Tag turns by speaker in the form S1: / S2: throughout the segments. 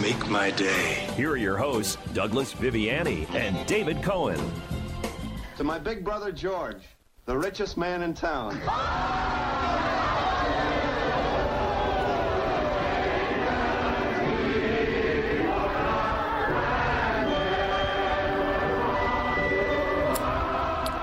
S1: Make my day.
S2: Here are your hosts, Douglas Viviani and David Cohen.
S3: To my big brother George, the richest man in town.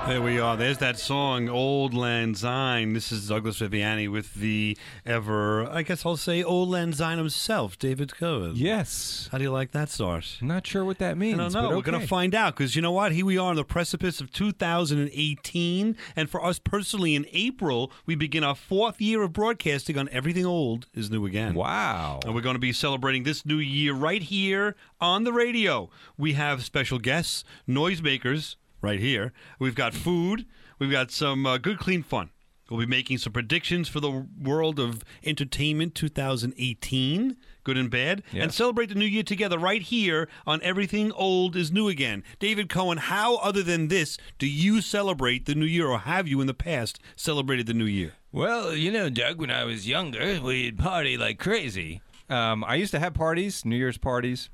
S4: There we are. There's that song, Old Land Syne. This is Douglas Viviani with the ever, I guess I'll say Old Land Syne himself, David Cohen.
S5: Yes.
S4: How do you like that start?
S5: Not sure what that means.
S4: I don't know.
S5: but
S4: We're going
S5: okay.
S4: to find out because you know what? Here we are on the precipice of 2018. And for us personally, in April, we begin our fourth year of broadcasting on Everything Old is New Again.
S5: Wow.
S4: And we're going to be celebrating this new year right here on the radio. We have special guests, noisemakers, right here. We've got food. We've got some uh, good, clean fun. We'll be making some predictions for the world of entertainment 2018, good and bad, and
S5: Yes.
S4: celebrate the new year together right here on Everything Old is New Again. David Cohen, how, other than this, do you celebrate the new year, or have you in the past celebrated the new year?
S5: Well, you know, Doug, when I was younger, we'd party like crazy. Um, I used to have parties, New Year's parties.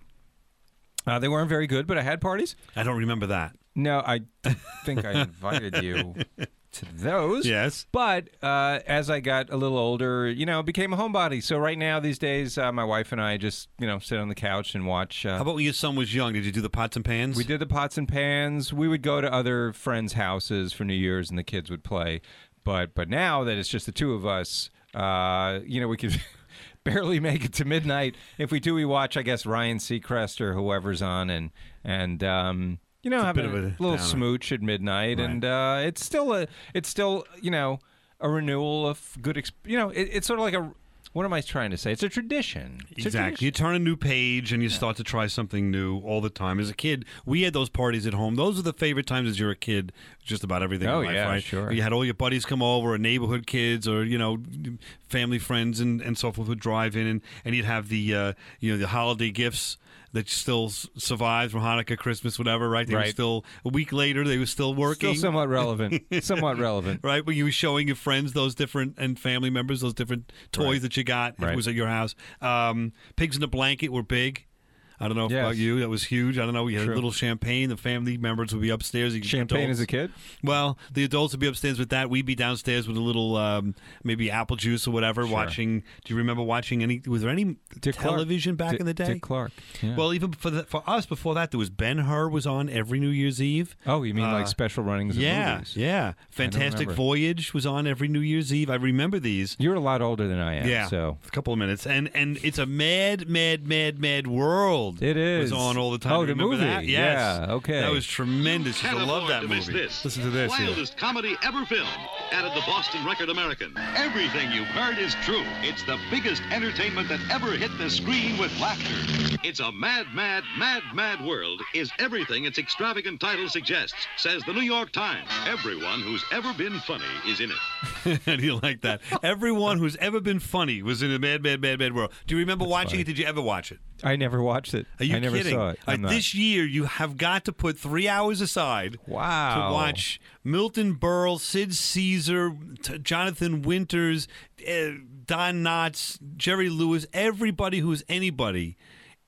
S5: Uh, they weren't very good, but I had parties.
S4: I don't remember that.
S5: No, I don't think I invited you to those.
S4: Yes.
S5: But uh, as I got a little older, you know, became a homebody. So right now, these days, uh, my wife and I just, you know, sit on the couch and watch. Uh,
S4: How about when your son was young? Did you do the pots and pans?
S5: We did the pots and pans. We would go to other friends' houses for New Year's, and the kids would play. But but now that it's just the two of us, uh, you know, we could barely make it to midnight. If we do, we watch, I guess, Ryan Seacrest or whoever's on, and and um, you know, have
S4: bit
S5: a,
S4: of a
S5: little
S4: downer.
S5: smooch at midnight,
S4: Right.
S5: and uh, it's still a, it's still you know, a renewal of good, exp- you know, it, it's sort of like a. What am I trying to say? It's a tradition. It's a
S4: Exactly. You turn a new page and you start to try something new all the time. As a kid, we had those parties at home. Those are the favorite times as you're a kid, just about everything
S5: Oh,
S4: in life,
S5: yeah,
S4: right?
S5: sure.
S4: You had all your buddies come over, or neighborhood kids, or, you know, family friends and, and so forth would drive in, and, and you'd have the, uh, you know, the holiday gifts that still s- survive from Hanukkah, Christmas, whatever, right? They were
S5: Right.
S4: still, a week later, they were still
S5: Still
S4: working.
S5: somewhat relevant. somewhat relevant.
S4: Right, when you were showing your friends those different and family members those different toys that you got, it
S5: Right.
S4: was at your house. Um, Pigs in a blanket were big. I don't know
S5: Yes.
S4: about you. That was huge. I don't know. You had a
S5: True.
S4: little champagne. The family members would be upstairs. The
S5: Champagne
S4: adults-
S5: as a kid?
S4: Well, the adults would be upstairs with that. We'd be downstairs with a little um, maybe apple juice or whatever. Watching. Do you remember watching any? Was there any
S5: Dick Clark.
S4: television back
S5: Dick-
S4: in the day?
S5: Dick Clark. yeah.
S4: Well, even for the, for us before that, there was Ben Hur was on every New Year's Eve.
S5: Oh, you mean like
S4: Uh,
S5: special runnings of
S4: yeah,
S5: movies?
S4: yeah. Fantastic
S5: remember.
S4: Voyage was on every New Year's Eve. I remember these.
S5: You're a lot older than I am.
S4: Yeah,
S5: So
S4: a couple of minutes, and and it's a mad, mad, mad, mad world.
S5: It
S4: was
S5: is.
S4: on all the time.
S5: Oh,
S4: You
S5: the
S4: remember
S5: movie.
S4: That? Yes.
S5: Yeah, okay.
S4: That was tremendous. I love that movie. Listen to this. here.
S6: Wildest comedy ever filmed. Added the Boston Record American. Everything you've heard is true. It's the biggest entertainment that ever hit the screen with laughter. It's a mad, mad, mad, mad world. Is everything its extravagant title suggests, says the New York Times. Everyone who's ever been funny is in it.
S4: How do you like that? Everyone who's ever been funny was in a mad, mad, mad, mad world. Do you remember watching it? Did you ever watch it?
S5: I never watched it.
S4: Are you
S5: I never
S4: kidding?
S5: saw it.
S4: Uh,
S5: I'm not.
S4: This year, you have got to put three hours aside.
S5: Wow.
S4: To watch Milton Berle, Sid Caesar, T- Jonathan Winters, uh, Don Knotts, Jerry Lewis, everybody who's anybody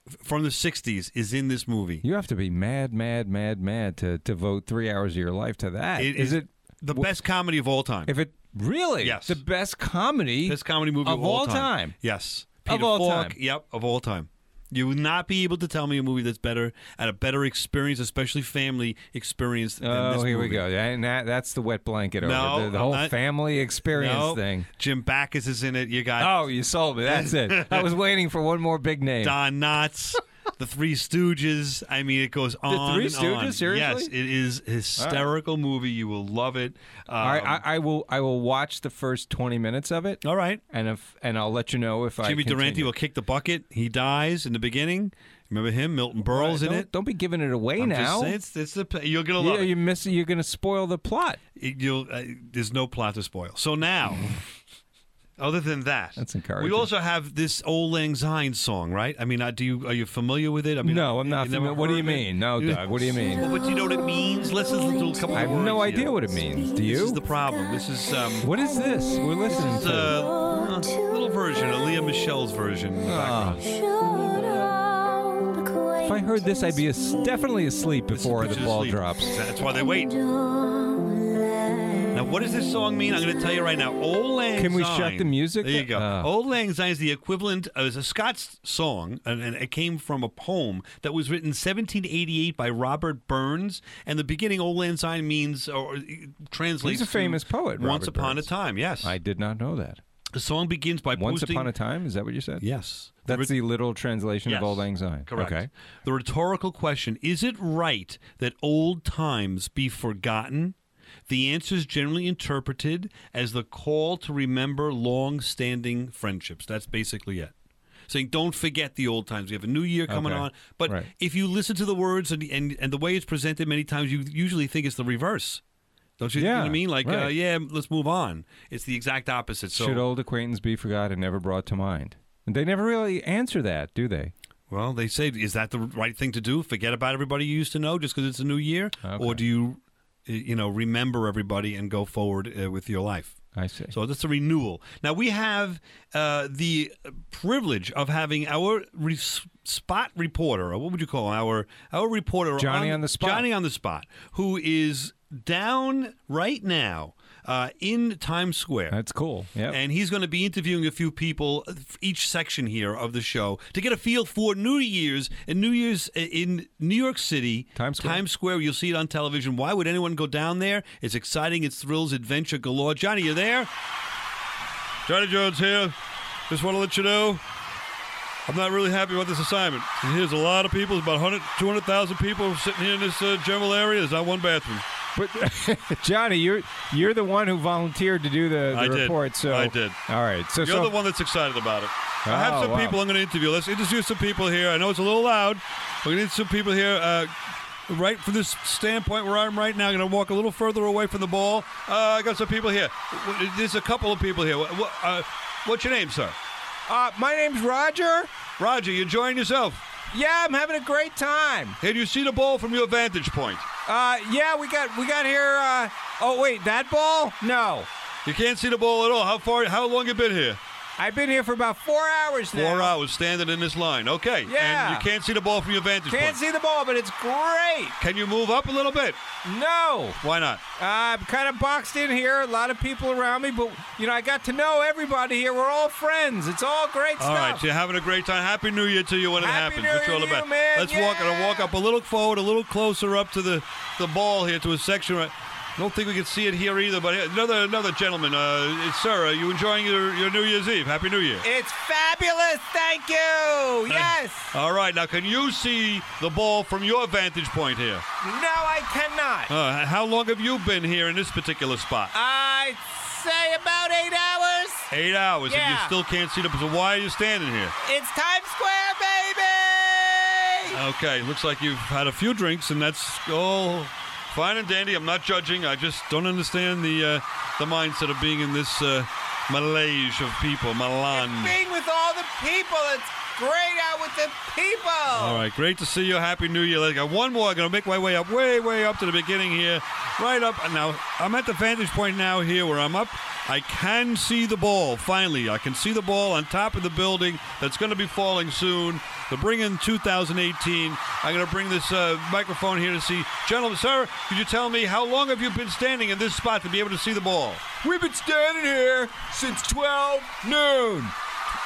S4: f- from the 60s is in this movie.
S5: you have to be mad, mad, mad, mad to devote three hours of your life to that.
S4: It
S5: is
S4: is
S5: it
S4: the best comedy of all time?
S5: if it really
S4: Yes.
S5: the best comedy
S4: Best comedy movie
S5: of,
S4: of, all
S5: time.
S4: Yes.
S5: Of all time.
S4: Yep, of all time. You would not be able to tell me a movie that's better, at a better experience, especially family experience than
S5: Oh,
S4: this
S5: here we
S4: movie.
S5: go. And that, that's the wet blanket
S4: No,
S5: over the, the
S4: I'm
S5: whole
S4: not-
S5: family experience
S4: No,
S5: thing.
S4: Jim Backus is in it. You got
S5: Oh, you sold me. That's it. I was waiting for one more big name.
S4: Don Knotts, the Three Stooges. I mean, it goes on.
S5: Three
S4: and on.
S5: Stooges? Seriously?
S4: Yes, it is hysterical movie. You will love it. Um,
S5: All right, I, I will. I will watch the first twenty minutes of it.
S4: all right.
S5: and if and I'll let you know if I
S4: Jimmy
S5: continue.
S4: Durante will kick the bucket. He dies in the beginning. Remember him? Milton Berle's in
S5: don't,
S4: it.
S5: Don't be giving it away
S4: I'm just
S5: now.
S4: saying, it's, it's the, you're gonna love
S5: yeah,
S4: it.
S5: you miss. You're going to spoil the plot.
S4: It- You'll uh, there's no plot to spoil. So now, other than that,
S5: That's encouraging.
S4: We also have this old Lang Syne song, right? I mean, uh, do you are you familiar with it? I mean,
S5: No,
S4: uh,
S5: I'm not
S4: you never
S5: familiar- what do
S4: heard
S5: you
S4: of it?
S5: mean? No, Doug, what do you mean?
S4: Well, but do you know what it means. Let's listen to a couple.
S5: I have
S4: of
S5: no
S4: words here.
S5: idea what it means. Do
S4: This
S5: you?
S4: is the problem. This is um,
S5: what is this? We're listening
S4: it's
S5: to.
S4: a uh, little version, of Leah Michelle's version. in the
S5: Ah.
S4: background.
S5: if I heard this, I'd be as- definitely asleep before the
S4: Pictures
S5: ball
S4: asleep.
S5: drops.
S4: That's why they wait. Now, what does this song mean? I'm going to tell you right now. Old Lang
S5: Can we
S4: Syne-
S5: shut the music?
S4: There you go.
S5: Uh.
S4: Old Lang Syne is the equivalent of it's a Scots song, and, and it came from a poem that was written 1788 by Robert Burns. And the beginning Old Lang Syne means, or uh, translates,
S5: He's a
S4: to
S5: famous poet,
S4: Once
S5: Robert
S4: upon
S5: Burns.
S4: a time, yes.
S5: I did not know that.
S4: the song begins by
S5: Once
S4: posting,
S5: upon a time, is that what you said?
S4: yes.
S5: That's the literal translation
S4: Yes.
S5: of old Lang Syne.
S4: Correct.
S5: Okay.
S4: The rhetorical question is it right that old times be forgotten? The answer is generally interpreted as the call to remember long standing friendships. That's basically it. Saying, don't forget the old times. We have a new year coming
S5: Okay.
S4: on. But
S5: Right.
S4: if you listen to the words and, and, and the way it's presented many times, you usually think it's the reverse. Don't you, you know what
S5: Yeah,
S4: I mean? Like, uh,
S5: right.
S4: yeah, let's move on. It's the exact opposite. So,
S5: Should old acquaintance be forgot and never brought to mind? And they never really answer that, do they?
S4: Well, they say, is that the right thing to do? Forget about everybody you used to know just because it's a new year, or
S5: Okay.
S4: do you, uh, you know, remember everybody and go forward uh, with your life?
S5: I see.
S4: So that's a renewal. Now we have uh, the privilege of having our re- spot reporter, or what would you call him? our our reporter,
S5: Johnny on the spot.
S4: Johnny on the spot, who is down right now uh, in Times Square.
S5: That's cool. Yeah.
S4: And he's going to be interviewing a few people uh, f- each section here of the show to get a feel for New Year's and New Year's i- in New York City,
S5: Times Square.
S4: Times Square. You'll see it on television. Why would anyone go down there? It's exciting. It's thrills, adventure galore. Johnny, you there? Johnny Jones here. Just want to let you know. I'm not really happy about this assignment. Here's a lot of people, about 100, 200,000 people sitting here in this uh, general area. There's not one bathroom.
S5: But Johnny, you're you're the one who volunteered to do the, the
S4: I did.
S5: report. So
S4: I did.
S5: All right. So
S4: You're
S5: so
S4: the one that's excited about it. I have
S5: Oh,
S4: some
S5: wow.
S4: people I'm going to interview. Let's introduce some people here. I know it's a little loud. We're going to need some people here. Uh, right from this standpoint where I'm right now, I'm going to walk a little further away from the ball. Uh, I got some people here. W- There's a couple of people here. Wha- wha- uh, what's your name, sir?
S5: uh, my name's Roger.
S4: Roger, you enjoying yourself?
S5: Yeah, I'm having a great time.
S4: Hey, do you see the ball from your vantage point?
S5: Uh, yeah, we got we got here. Uh, oh wait, that ball? No,
S4: You can't see the ball at all. How far? How long you been here?
S5: I've been here for about four hours now.
S4: Four hours standing in this line. Okay.
S5: Yeah.
S4: And you can't see the ball from your vantage
S5: Can't
S4: point.
S5: see the ball, but it's great.
S4: Can you move up a little bit?
S5: No,
S4: Why not?
S5: I'm kind of boxed in here. A lot of people around me, but you know, I got to know everybody here. We're all friends. It's all great
S4: All
S5: stuff.
S4: right, so you're having a great time. Happy New Year to you when
S5: Happy
S4: it happens.
S5: New
S4: That's
S5: Year
S4: all
S5: to
S4: about.
S5: you, man.
S4: Let's walk. I'm gonna
S5: Yeah.
S4: walk up a little forward, a little closer up to the, the ball here to a section. Right. Don't think we can see it here either. But another another gentleman, uh, it's Sarah. You enjoying your, your New Year's Eve? Happy New Year.
S5: It's fabulous. Thank you. Yes.
S4: All right, now can you see the ball from your vantage point here?
S5: No, I cannot.
S4: Uh, how long have you been here in this particular spot?
S5: I say about eight hours.
S4: Eight hours, and you
S5: yeah.
S4: still can't see the. So why are you standing here?
S5: It's Times Square, baby.
S4: Okay, looks like you've had a few drinks, and that's all fine and dandy. I'm not judging. I just don't understand the uh, the mindset of being in this uh, melange of people, Milan.
S5: Being with all the people, it's great out with the people.
S4: All right, great to see you. Happy New Year. I got one more. I'm gonna make my way up, way, way up to the beginning here, right up. Now I'm at the vantage point now here where I'm up. I can see the ball. Finally, I can see the ball on top of the building. That's going to be falling soon. To bring in 2018, I'm going to bring this uh, microphone here to see, gentlemen, sir. Could you tell me how long have you been standing in this spot to be able to see the ball?
S5: We've been standing here since 12 noon.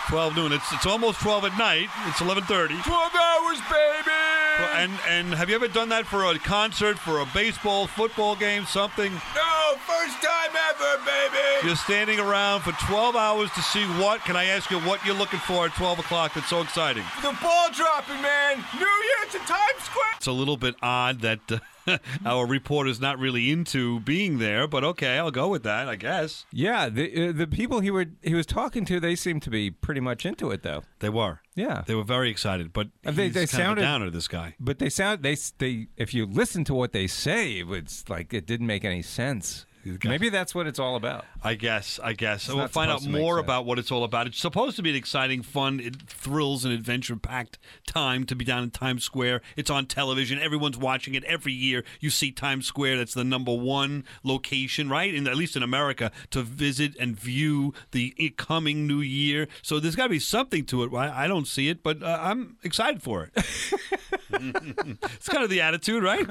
S4: 12 noon. It's it's almost 12 at night. It's 11:30.
S5: 12 hours, baby.
S4: Well, And and have you ever done that for a concert, for a baseball, football game, something?
S5: no, first time ever.
S7: Word, baby.
S4: You're standing around for 12 hours to see what? Can I ask you what you're looking for at 12 o'clock? That's so exciting.
S7: The ball dropping, man. New Year to Times Square.
S4: It's a little bit odd that uh, our reporter's not really into being there, but okay, I'll go with that, I guess.
S8: Yeah, the uh, the people he would he was talking to, they seemed to be pretty much into it though.
S4: They were.
S8: Yeah.
S4: They were very excited, but
S8: Uh,
S4: he's
S8: they- they
S4: kind
S8: sounded-
S4: of a downer, this guy.
S8: But they sound they s- they if you listen to what they say, it was like it didn't make any sense. Maybe that's what it's all about.
S4: I guess. I guess. we'll
S8: not
S4: find out
S8: supposed to make
S4: more
S8: sense.
S4: about what it's all about. It's supposed to be an exciting, fun, it- thrills and adventure-packed time to be down in Times Square. It's on television. Everyone's watching it every year. You see Times Square. That's the number one location, right? In at least in America, to visit and view the i- coming new year. So there's got to be something to it. I, I don't see it, but uh, I'm excited for it. it's kind of the attitude, right?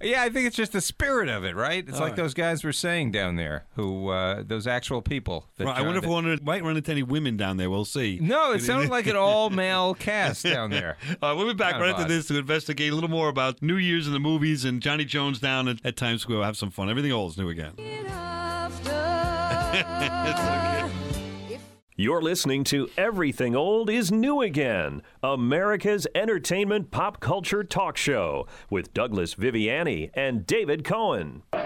S8: Yeah, I think it's just the spirit of it, right? It's
S4: All
S8: like
S4: right.
S8: those guys were saying down there, who uh, those actual people. That
S4: Right, I wonder if we
S8: joined
S4: wanna- might run into any women down there. We'll see.
S8: it. No, it sounded like an all male cast down there.
S4: All right, we'll be back
S8: Kind of
S4: right after
S8: odd.
S4: this to investigate a little more about New Year's in the movies and Johnny Jones down at, at Times Square. We'll have some fun. Everything old is new again.
S2: You're listening to Everything Old is New Again, America's entertainment pop culture talk show with Douglas Viviani and David Cohen.
S9: In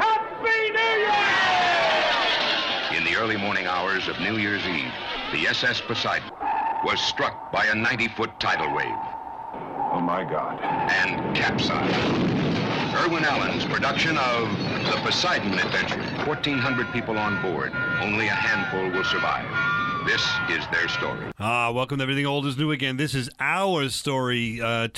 S9: the early morning hours of New Year's Eve, the SS Poseidon was struck by a 90-foot tidal wave. Oh, my God. And capsized. Irwin Allen's production of The Poseidon Adventure. 1,400 people on board. Only a handful will survive. This is their story.
S4: Ah, welcome to Everything Old is New Again. This is our story, uh,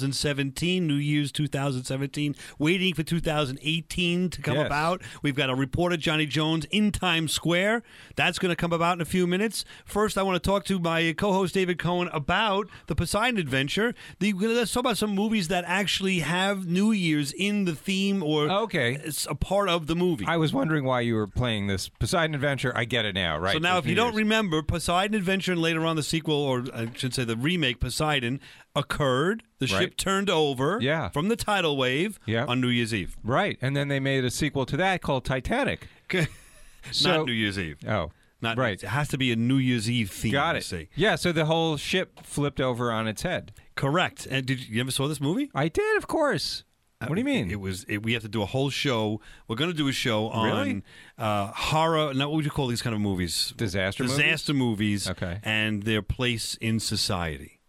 S4: 2017, New Year's 2017, waiting for 2018 to come
S8: Yes.
S4: about. We've got a reporter, Johnny Jones, in Times Square. That's going to come about in a few minutes. First, I want to talk to my co host, David Cohen, about the Poseidon Adventure. The, let's talk about some movies that actually have New Year's in the theme or
S8: Okay.
S4: it's a part of the movie.
S8: I was wondering why you were playing this Poseidon Adventure. I get it now, right?
S4: So now,
S8: with
S4: if you
S8: New
S4: don't
S8: Year's.
S4: remember, Poseidon Adventure and later on the sequel, or I should say the remake, Poseidon, occurred. The ship
S8: Right.
S4: turned over
S8: Yeah.
S4: from the tidal wave
S8: Yeah.
S4: on New Year's Eve.
S8: right, and then they made a sequel to that called Titanic. So-
S4: Not New Year's Eve.
S8: Oh,
S4: Not,
S8: right.
S4: It has to be a New Year's Eve theme.
S8: Got
S4: you
S8: it.
S4: see.
S8: Yeah, so the whole ship flipped over on its head.
S4: Correct. And did you, you ever saw this movie?
S8: I did, of course.
S4: Uh,
S8: What do you mean?
S4: It was. It, we have to do a whole show. We're going to do a show on
S8: Really?
S4: uh, horror. Now, what would you call these kind of movies?
S8: Disaster movies?
S4: Disaster movies.
S8: Okay.
S4: And their place in society.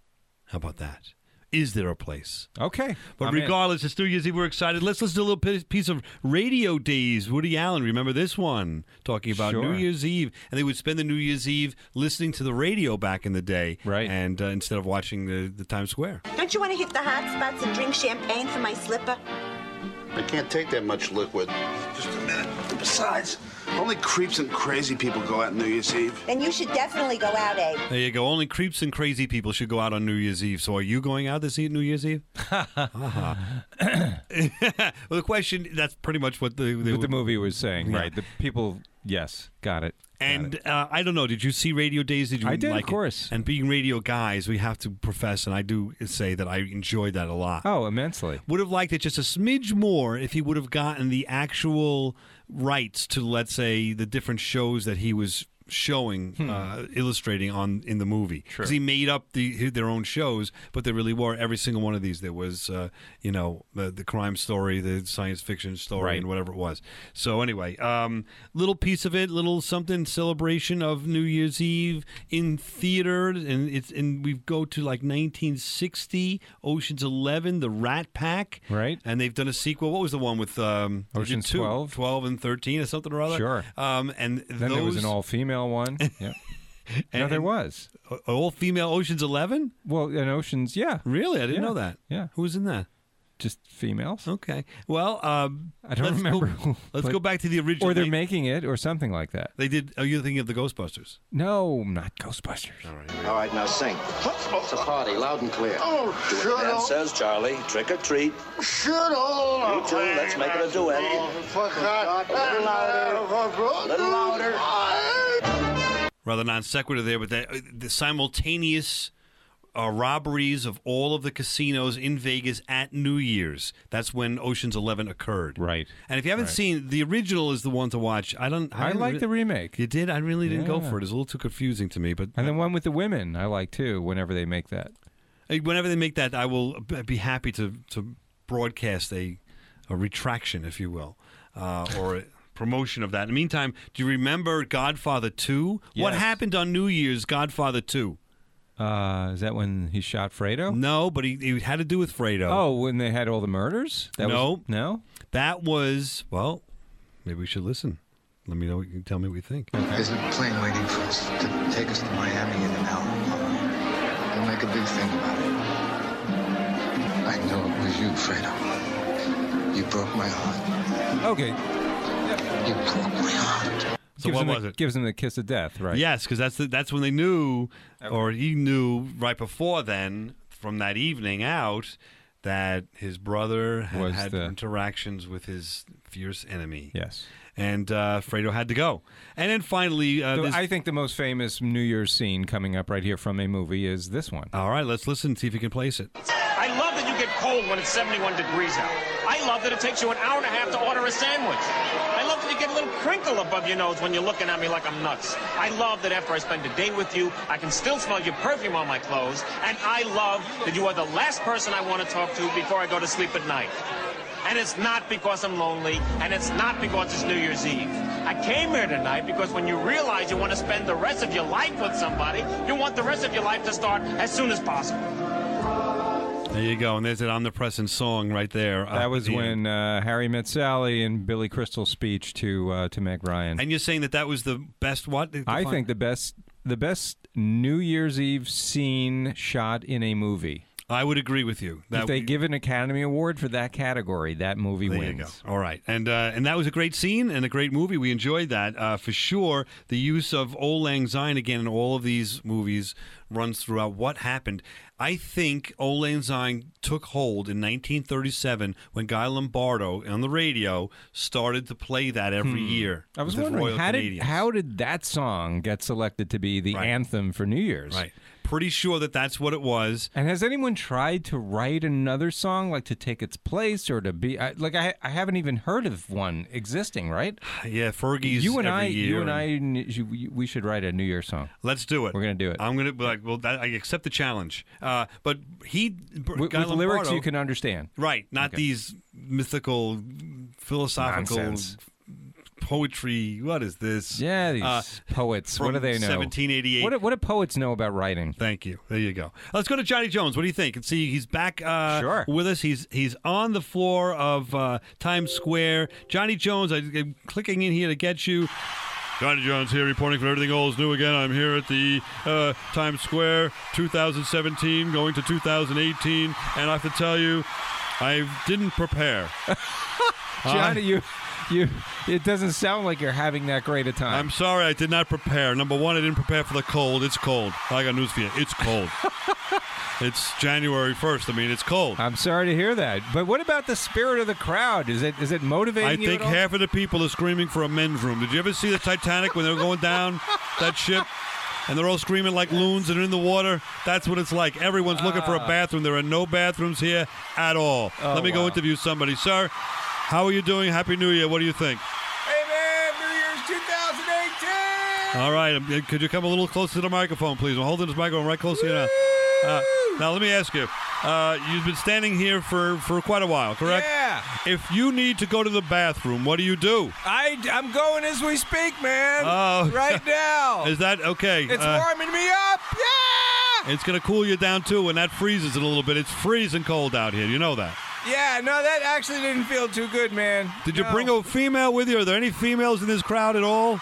S4: How about that? Is there a place?
S8: Okay.
S4: But
S8: I'm in.
S4: regardless, it's New Year's Eve. We're excited. Let's listen to a little pi- piece of Radio Days. Woody Allen, remember this one? Talking about New
S8: Sure.
S4: Year's Eve. And they would spend the New Year's Eve listening to the radio back in the day.
S8: Right.
S4: And uh, instead of watching the, the Times Square.
S10: Don't you want to hit the hot spots and drink champagne from my slipper?
S11: I can't take that much liquid. Just a minute. Besides, only creeps and crazy people go out New Year's Eve.
S10: Then you should definitely go out, Abe.
S4: There you go. Only creeps and crazy people should go out on New Year's Eve. So are you going out this e- New Year's Eve? Uh-huh. well, the question, that's pretty much what the,
S8: What the movie was saying,
S4: Yeah.
S8: right? The people, yes, got it.
S4: And uh, I don't know. Did you see Radio Days? Did you?
S8: I did, of
S4: like it?
S8: course.
S4: And being radio guys, we have to profess, and I do say that I enjoyed that a lot.
S8: Oh, immensely.
S4: Would have liked it just a smidge more if he would have gotten the actual rights to, let's say, the different shows that he was showing,
S8: Hmm.
S4: uh, illustrating on in the movie. Because he made up the their own shows, but there really were every single one of these. There was, uh, you know, the the crime story, the science fiction story,
S8: Right.
S4: and whatever it was. So anyway, um, little piece of it, little something celebration of New Year's Eve in theater, and it's and we go to like 1960, Ocean's Eleven, The Rat Pack,
S8: Right.
S4: And they've done a sequel. What was the one with um, they did
S8: Ocean's
S4: two,
S8: 12?
S4: 12 and thirteen, or something or other?
S8: Sure.
S4: Um, and
S8: Then there was an all-female one. yeah. no, there was.
S4: all female Ocean's Eleven.
S8: Well, in Ocean's, yeah,
S4: Really, I didn't
S8: Yeah.
S4: know that.
S8: Yeah.
S4: Who was in that?
S8: just females.
S4: Okay. Well, um,
S8: I don't
S4: let's go-
S8: remember who,
S4: let's
S8: but-
S4: go back to the original.
S8: Or they're
S4: They-
S8: making it, or something like that.
S4: They did. Are you thinking of the Ghostbusters?
S8: No, not Ghostbusters.
S12: All right, now sing. It's a party, loud and clear.
S7: Oh, shut
S12: That
S7: up.
S12: says Charlie, trick or treat.
S7: Shut up.
S12: You two, let's make it a
S11: Oh,
S12: duet.
S7: Forgot.
S12: little
S7: louder. A little louder.
S4: rather non sequitur there, but that, uh, the simultaneous uh, robberies of all of the casinos in Vegas at New Year's. That's when Ocean's Eleven occurred. Right. And if you haven't
S8: Right.
S4: seen the original, is the one to watch. I don't.
S8: I
S4: didn't
S8: like the remake.
S4: You did. I really didn't go
S8: Yeah.
S4: for it. It's a little too confusing to me. But
S8: and the one with the women, I like too. Whenever they make that,
S4: uh, whenever they make that, I will b- be happy to to broadcast a a retraction, if you will, uh, or. A, Promotion of that. In the meantime, do you remember Godfather Two? What
S8: Yes.
S4: happened on New Year's? Godfather Two.
S8: uh, is that when he shot Fredo?
S4: No, but he, he had to do with Fredo.
S8: Oh, when they had all the murders? That
S4: no,
S8: was, no.
S4: That was well. Maybe we should listen. Let me know. What you, tell me what you think.
S13: There's a plane waiting for us to take us to Miami in an hour. They'll make a big thing about it. I know it was you, Fredo. You broke my heart.
S8: Okay.
S13: You broke my heart.
S4: So
S8: gives him
S4: what was
S8: the,
S4: it?
S8: Gives him the kiss of death, right?
S4: Yes, because that's the, that's when they knew,
S8: Oh.
S4: or he knew right before then, from that evening out, that his brother had
S8: Was
S4: had
S8: the-
S4: interactions with his fierce enemy.
S8: Yes.
S4: and uh, Fredo had to go. And then finally, uh,
S8: The-
S4: this-
S8: I think the most famous New Year's scene coming up right here from a movie is this one.
S4: All right, let's listen and see if you can place it.
S5: I love that you get cold when it's 71 degrees out. I love that it takes you an hour and a half to order a sandwich. I love that you get a little crinkle above your nose when you're looking at me like I'm nuts. I love that after I spend a day with you, I can still smell your perfume on my clothes. And I love that you are the last person I want to talk to before I go to sleep at night. And it's not because I'm lonely, and it's not because it's New Year's Eve. I came here tonight because when you realize you want to spend the rest of your life with somebody, you want the rest of your life to start as soon as possible.
S4: There you go, and there's an omnipresent song right there.
S8: That was when uh, Harry met Sally and Billy Crystal's speech to uh, to Meg Ryan.
S4: And you're saying that that was the best what?
S8: I think the best the best New Year's Eve scene shot in a movie.
S4: I would agree with you.
S8: if
S4: That-
S8: they give an Academy Award for that category, that movie
S4: There you
S8: wins.
S4: go. All right, and uh, and that was a great scene and a great movie. We enjoyed that uh, for sure. The use of "Old Lang Syne" again in all of these movies runs throughout what happened. I think "Old Lang Syne" took hold in 1937 when Guy Lombardo on the radio started to play that every
S8: Hmm.
S4: year.
S8: I was
S4: with the
S8: wondering
S4: Royal
S8: how did,
S4: Canadians.
S8: how did that song get selected to be the anthem for New Year's?
S4: Right. Pretty sure that that's what it was.
S8: And has anyone tried to write another song like to take its place or to be I, like I I haven't even heard of one existing, right?
S4: Yeah, Fergie's
S8: You and
S4: every
S8: I,
S4: year
S8: you and
S4: and-
S8: I, n- you- we should write a New Year's song.
S4: Let's do it.
S8: We're gonna do it.
S4: I'm gonna be like, well, that, I accept the challenge. Uh, but he,
S8: with lyrics you can understand.
S4: right? Not
S8: Okay.
S4: these mythical, philosophical
S8: Nonsense.
S4: poetry. What is this?
S8: Yeah, these
S4: Uh,
S8: poets. What
S4: from
S8: do they know?
S4: 1788.
S8: What do, what do poets know about writing?
S4: Thank you. There you go. Let's go to Johnny Jones. What do you think? And see, he's back uh, with us. He's he's on the floor of uh, Times Square. Johnny Jones, I, I'm clicking in here to get you. Johnny Jones here, reporting for Everything Old is New again. I'm here at the uh, Times Square 2017, going to 2018, and I have to tell you, I didn't prepare. Uh,
S8: Johnny, you, you, it doesn't sound like you're having that great a time.
S4: I'm sorry I did not prepare. Number one, I didn't prepare for the cold. It's cold. I got news for you. It's cold. it's January 1st. I mean, it's cold.
S8: I'm sorry to hear that. But what about the spirit of the crowd? Is it is it motivating
S4: I
S8: you
S4: think
S8: at all?
S4: half of the people are screaming for a men's room. Did you ever see the Titanic when they were going down that ship? And they're all screaming like loons and in the water. That's what it's like. Everyone's looking for a
S8: Ah.
S4: bathroom. There are no bathrooms here at all.
S8: Oh,
S4: Let me go
S8: wow.
S4: interview somebody. Sir, how are you doing? Happy New Year. What do you think?
S7: Hey, man, New Year's 2018!
S4: All right, um, could you come a little closer to the microphone, please? I'm holding this microphone right close to you now. Uh, now, let me ask you. Uh, you've been standing here for, for quite a while, correct?
S13: Yeah.
S4: If you need to go to the bathroom, what do you do?
S13: I, I'm going as we speak, man.
S4: Oh.
S13: right now.
S4: Is that okay?
S13: It's
S4: uh,
S13: warming me up.
S4: It's going to cool you down too when that freezes it a little bit. It's freezing cold out here. You know that.
S13: Yeah, no, that actually didn't feel too good, man.
S4: Did you bring a female with you? Are there any females in this crowd at all?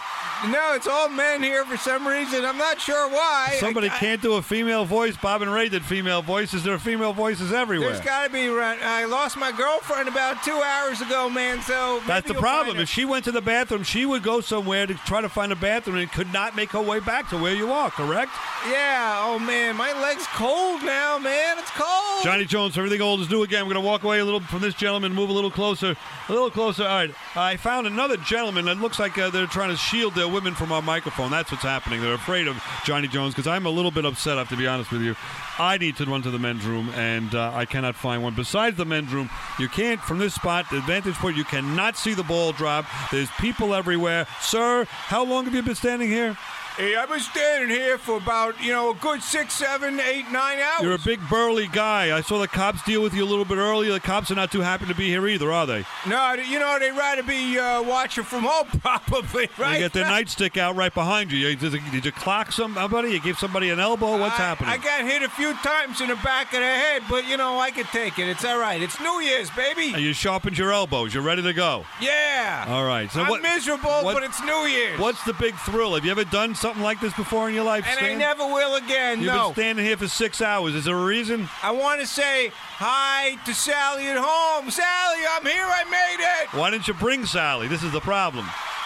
S13: No, it's all men here for some reason. I'm not sure why.
S4: Somebody
S13: I- I-
S4: can't do a female voice. Bob and Ray did female voices. There are female voices everywhere.
S13: There's got to be run. I lost my girlfriend about two hours ago, man. So maybe
S4: That's the
S13: you'll
S4: problem.
S13: find
S4: If she went to the bathroom, she would go somewhere to try to find a bathroom and could not make her way back to where you are, correct?
S13: out. Yeah. Oh man, my leg's cold now, man. It's cold.
S4: Johnny Jones, everything old is new again. We're going to walk away a little from this gentleman, move a little closer, a little closer. All right, I found another gentleman that looks like uh, they're trying to shield their women from our microphone. That's what's happening. They're afraid of Johnny Jones because I'm a little bit upset, I have to be honest with you. I need to run to the men's room, and uh, I cannot find one. Besides the men's room, you can't, from this spot, the vantage point, you cannot see the ball drop. There's people everywhere. Sir, how long have you been standing here?
S7: Hey, I've been standing here for about, you know, a good six, seven, eight, nine hours.
S4: You're a big burly guy. I saw the cops deal with you a little bit earlier. The cops are not too happy to be here either, are they?
S7: No, you know, they'd rather be uh, watching from home, probably, right?
S4: They get their nightstick out right behind you. You- Did you, did you clock somebody? You gave somebody an elbow? What's happening?
S7: I got hit a few times in the back of the head, but, you know, I can take it. It's all right. It's New Year's, baby.
S4: And Uh, you sharpened your elbows. You're ready to go.
S7: Yeah.
S4: All right. So
S7: I'm
S4: what,
S7: miserable,
S4: what-
S7: but it's New Year's.
S4: What's the big thrill? Have you ever done something like this before in your life,
S7: And I
S4: Stan?
S7: never will again,
S4: You've
S7: no.
S4: been standing here for six hours. Is there a reason?
S7: I want to say hi to Sally at home. Sally, I'm here. I made it.
S4: Why didn't you bring Sally? This is the problem.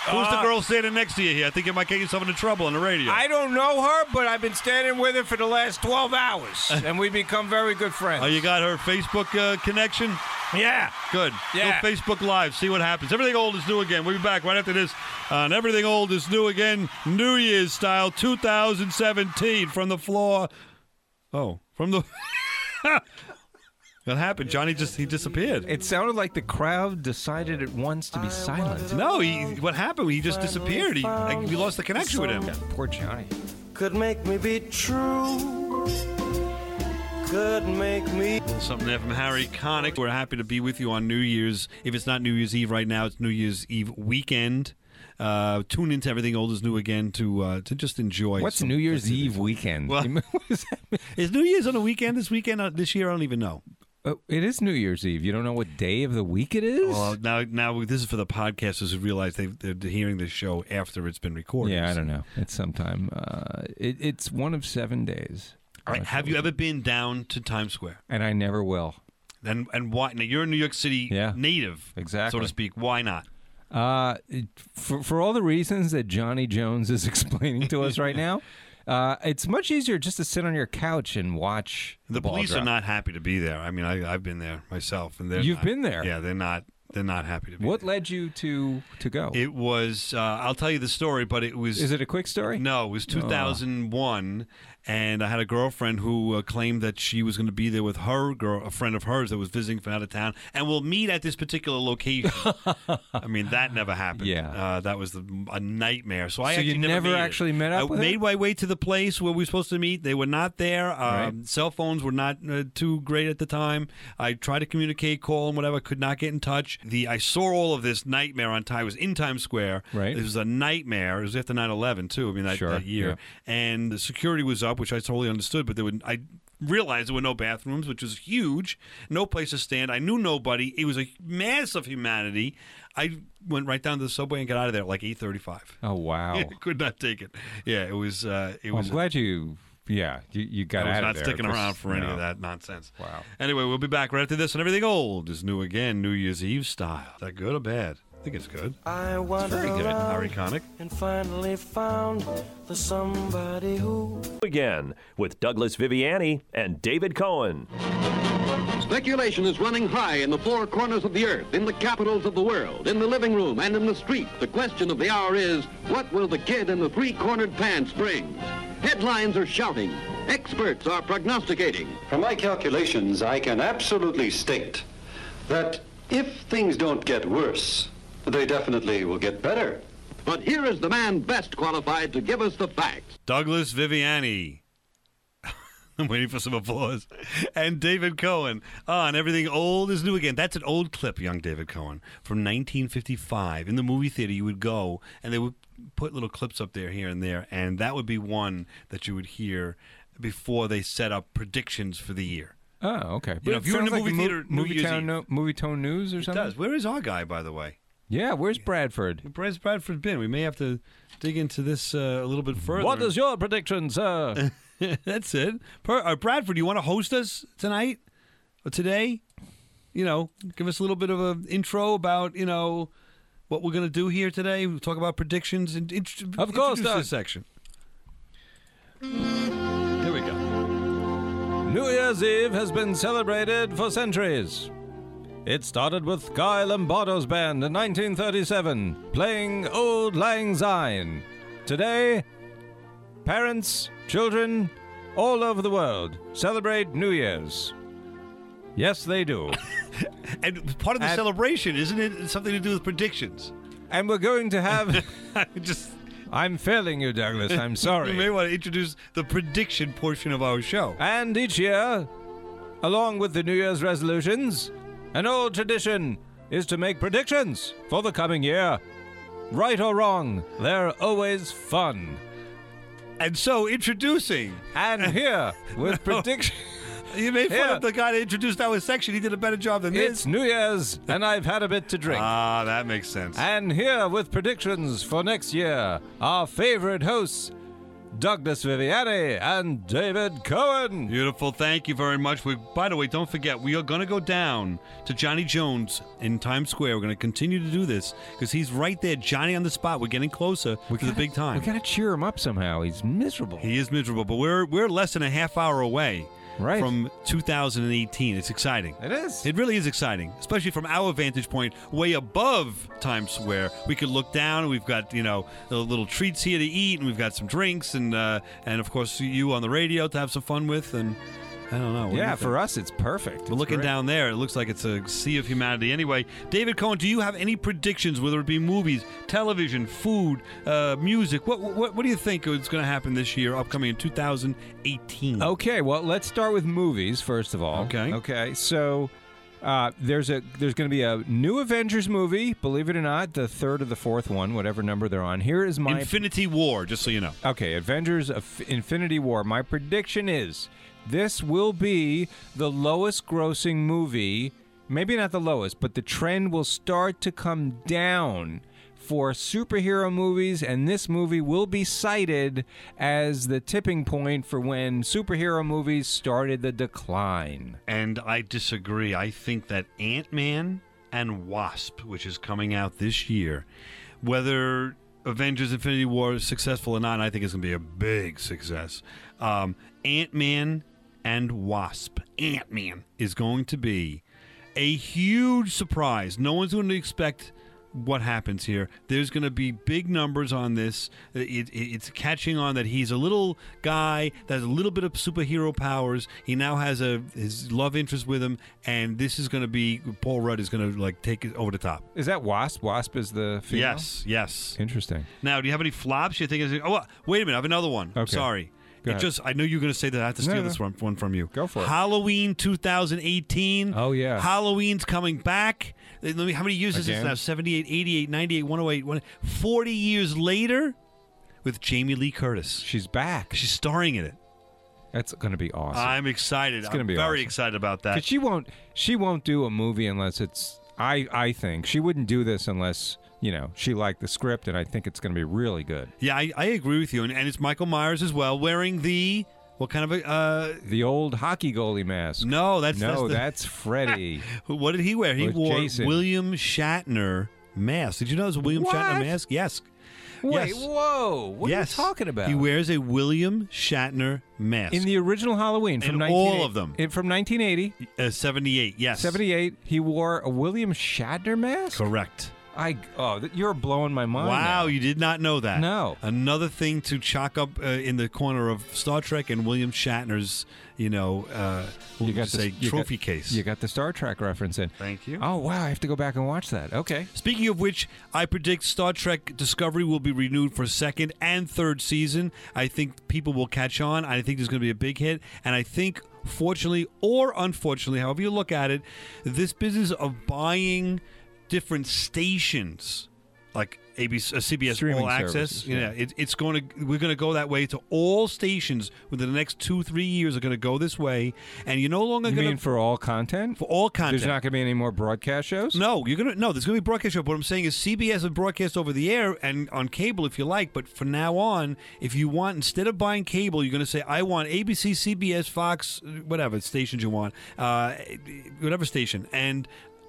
S4: Who's the
S7: Uh,
S4: girl standing next to you here? I think you might get yourself into trouble on the radio.
S7: I don't know her, but I've been standing with her for the last 12 hours, and we've become very good friends.
S4: Oh, you got her Facebook uh, connection?
S7: Yeah.
S4: Good.
S7: Yeah.
S4: Go Facebook Live. See what happens. Everything old is new again. We'll be back right after this on Everything Old is New Again, New Year's style 2017 from the floor. Oh, from the. What happened? Johnny just he disappeared.
S8: It sounded like the crowd decided at once to be silent.
S4: No, he. What happened? He just disappeared. He, like, we lost the connection with him.
S8: Poor Johnny.
S14: Could make me be true. Could make me.
S4: little something there from Harry Connick. We're happy to be with you on New Year's. If it's not New Year's Eve right now, it's New Year's Eve weekend. Uh, tune into everything old is new again to uh, to just enjoy.
S8: What's
S4: some-
S8: New Year's Eve weekend?
S4: Well, is New Year's on a weekend this weekend? Uh, this year, I don't even know.
S8: Uh, it is New Year's Eve. You don't know what day of the week it is?
S4: Well, now now this is for the podcasters who realize they they're hearing this show after it's been recorded.
S8: yeah, I don't know. It's sometime. Uh, it, it's one of seven days.
S4: All right, have you ever been down to Times Square?
S8: And I never will.
S4: And and why? Now you're a New York City
S8: Yeah.
S4: native, so
S8: Exactly.
S4: to speak. Why not?
S8: Uh, it- for, for all the reasons that Johnny Jones is explaining to us right now, uh, it's much easier just to sit on your couch and watch the,
S4: The
S8: ball
S4: police
S8: drop.
S4: are not happy to be there. I mean, I, I've been there myself, and they're
S8: You've
S4: not-
S8: been there?
S4: Yeah, they're not. They're not happy to be.
S8: What led you to to go?
S4: It was. Uh, I'll tell you the story, but it was.
S8: Is it a quick story? Oh.
S4: No, it was 2001, and I had a girlfriend who uh, claimed that she was going to be there with her girl, a friend of hers that was visiting from out of town, and we'll meet at this particular location. I mean, that never happened.
S8: Yeah.
S4: uh, that was the, a nightmare. So I
S8: So you
S4: actually never,
S8: never
S4: made it.
S8: actually met up
S4: I
S8: with her?
S4: made my way to the place where we were supposed to meet. They were not there. Um, Cell phones were not uh, too great at the time. I tried to communicate, call, and whatever. Could not get in touch. The I saw all of this nightmare on time. I was in Times Square.
S8: Right.
S4: It was a nightmare. It was after 9-11, too. I mean, that,
S8: Sure,
S4: that year.
S8: yeah.
S4: And the security was up, which I totally understood, but there were I realized there were no bathrooms, which was huge. No place to stand. I knew nobody. It was a mass of humanity. I went right down to the subway and got out of there at like eight thirty-five.
S8: Oh wow!
S4: could not take it. Yeah, it was. Uh, it
S8: Well,
S4: was.
S8: I'm glad you. Yeah, you, you got
S4: I was
S8: out
S4: not
S8: of there.
S4: sticking
S8: This-
S4: around for any
S8: no.
S4: of that nonsense.
S8: Wow.
S4: Anyway, we'll be back right after this, and everything old is new again, New Year's Eve style. Is that good or bad? I think it's good.
S14: I
S4: It's
S14: wandered
S4: very good.
S14: around
S4: Harry Connick.
S14: and finally found the somebody who.
S2: Again with Douglas Viviani and David Cohen.
S1: Speculation is running high in the four corners of the earth, in the capitals of the world, in the living room, and in the street. The question of the hour is, what will the kid in the three-cornered pants bring? Headlines are shouting. Experts are prognosticating.
S15: From my calculations, I can absolutely state that if things don't get worse, they definitely will get better.
S1: But here is the man best qualified to give us the facts.
S4: Douglas Viviani. I'm waiting for some applause. And David Cohen on Everything Old is New Again. That's an old clip, young David Cohen, from 1955. In the movie theater, you would go and they would put little clips up there, here and there. And that would be one that you would hear before they set up predictions for the year.
S8: Oh, okay.
S4: You know, if you were in
S8: sounds
S4: a movie
S8: Mo-
S4: theater, New
S8: movie
S4: Year's
S8: town,
S4: Eve.
S8: no, movie tone news or
S4: It
S8: something.
S4: does. Where is our guy, by the way?
S8: Yeah, where's Bradford?
S4: Where's Bradford been? We may have to dig into this uh, a little bit further.
S8: What is your uh, prediction, sir?
S4: That's it. Per- uh, Bradford, you want to host us tonight or today? You know, give us a little bit of an intro about you know what we're going to do here today. We'll talk about predictions and int-
S8: Of course,
S4: introduce
S8: Doc.
S4: this section. There we go.
S8: New Year's Eve has been celebrated for centuries. It started with Guy Lombardo's band in 1937 playing Old Lang Syne. Today, parents, children, all over the world celebrate New Year's. Yes, they do.
S4: and part of the celebration, isn't it something to do with predictions?
S8: And we're going to have just I'm failing you, Douglas. I'm sorry.
S4: you may want to introduce the prediction portion of our show.
S8: And each year, along with the New Year's resolutions, an old tradition is to make predictions for the coming year. Right or wrong, they're always fun.
S4: And so, introducing.
S8: And here, with prediction.
S4: You made fun of the guy that introduced our section. He did a better job than this.
S8: It's New Year's, and I've had a bit to drink.
S4: Ah, that makes sense.
S8: And here with predictions for next year, our favorite hosts, Douglas Viviani and David Cohen.
S4: Beautiful. Thank you very much. We, by the way, don't forget, we are going to go down to Johnny Jones in Times Square. We're going to continue to do this because he's right there, Johnny on the spot. We're getting closer to the big time.
S8: We gotta cheer him up somehow. He's miserable.
S4: He is miserable, but we're we're less than a half hour away
S8: Right.
S4: from 2018. It's exciting.
S8: It is.
S4: It really is exciting, especially from our vantage point, way above Times Square. We could look down. and We've got you know the little treats here to eat, and we've got some drinks, and uh, and of course you on the radio to have some fun with, and I don't know. What do
S8: yeah,
S4: you
S8: for
S4: think?
S8: us, it's perfect.
S4: We're
S8: It's
S4: looking
S8: great.
S4: down there. It looks like it's a sea of humanity. Anyway, David Cohen, do you have any predictions, whether it be movies, television, food, uh, music? What, what what do you think is going to happen this year, upcoming in 2018?
S8: Okay, well, let's start with movies first of all.
S4: Okay.
S8: Okay. So uh, there's a there's going to be a new Avengers movie. Believe it or not, the third or the fourth one, whatever number they're on. Here is my
S4: Infinity War, just so you know.
S8: Okay, Avengers of Infinity War. My prediction is this will be the lowest grossing movie. Maybe not the lowest, but the trend will start to come down for superhero movies, and this movie will be cited as the tipping point for when superhero movies started the decline.
S4: And I disagree. I think that Ant Man and Wasp, which is coming out this year, whether Avengers Infinity War is successful or not, I think it's going to be a big success. Um, Ant Man and Wasp. Ant Man is going to be a huge surprise. No one's going to expect what happens here. There's going to be big numbers on this. It, it- it's catching on that he's a little guy that has a little bit of superhero powers. He now has a his love interest with him, and this is going to be Paul Rudd is going to like take it over the top.
S8: Is that Wasp? Wasp is the female?
S4: Yes, yes.
S8: Interesting.
S4: Now, do you have any flops? You think? it's- Oh, wait a minute. I have another one. I'm
S8: Okay.
S4: sorry.
S8: Go
S4: it
S8: ahead.
S4: just I know you're going to say that I have to
S8: No,
S4: steal
S8: no.
S4: this one, one from you. Go
S8: for it.
S4: Halloween 2018.
S8: Oh, yeah.
S4: Halloween's coming back. Let me- How many years is this
S8: Again?
S4: now? 78, 88, 98, 108, 100 40 years later with Jamie Lee Curtis.
S8: She's back.
S4: She's starring in it.
S8: That's going to be awesome.
S4: I'm excited.
S8: It's gonna
S4: I'm
S8: be
S4: very
S8: awesome.
S4: excited about that.
S8: Because she won't she won't do a movie unless it's I I think she wouldn't do this unless you know she liked the script and I think it's going to be really good.
S4: yeah, I, I agree with you. And, and it's Michael Myers as well wearing the what kind of a uh,
S8: The old hockey goalie mask.
S4: No, that's
S8: no,
S4: that's the-
S8: that's Freddy.
S4: What did he wear? He
S8: With
S4: wore
S8: Jason.
S4: William Shatner mask. Did you know there's a William Shatner
S8: What?
S4: mask? Yes.
S8: Wait,
S4: Yes.
S8: whoa! What
S4: yes.
S8: are you talking about?
S4: He wears a William Shatner mask.
S8: in the original Halloween from
S4: In
S8: 1980
S4: all of them.
S8: in- from 1980,
S4: uh, 78, yes.
S8: 78. He wore a William Shatner mask.
S4: Correct.
S8: I oh, th- you're blowing my mind.
S4: Wow,
S8: now.
S4: you did not know that.
S8: No.
S4: Another thing to chalk up uh, in the corner of Star Trek and William Shatner's, you know, uh, what would you
S8: the-
S4: say,
S8: you got-
S4: trophy case.
S8: You got the Star Trek reference in.
S4: Thank you.
S8: Oh wow, I have to go back and watch that. Okay.
S4: Speaking of which, I predict Star Trek Discovery will be renewed for second and third season. I think people will catch on. I think there's going to be a big hit. And I think, fortunately or unfortunately, however you look at it, this business of buying different stations, like ABC, uh, CBS
S8: Streaming
S4: All Access,
S8: services,
S4: you know,
S8: yeah.
S4: it, it's going to we're going to go that way to all stations within the next two three years are going to go this way, and you're no longer
S8: You
S4: going
S8: mean
S4: to
S8: for all content?
S4: for all content.
S8: There's not going to be any more broadcast shows.
S4: No, you're gonna no. There's gonna be broadcast show. But what I'm saying is CBS will broadcast over the air and on cable if you like. But from now on, if you want, instead of buying cable, you're gonna say I want ABC, CBS, Fox, whatever stations you want, uh, whatever station, and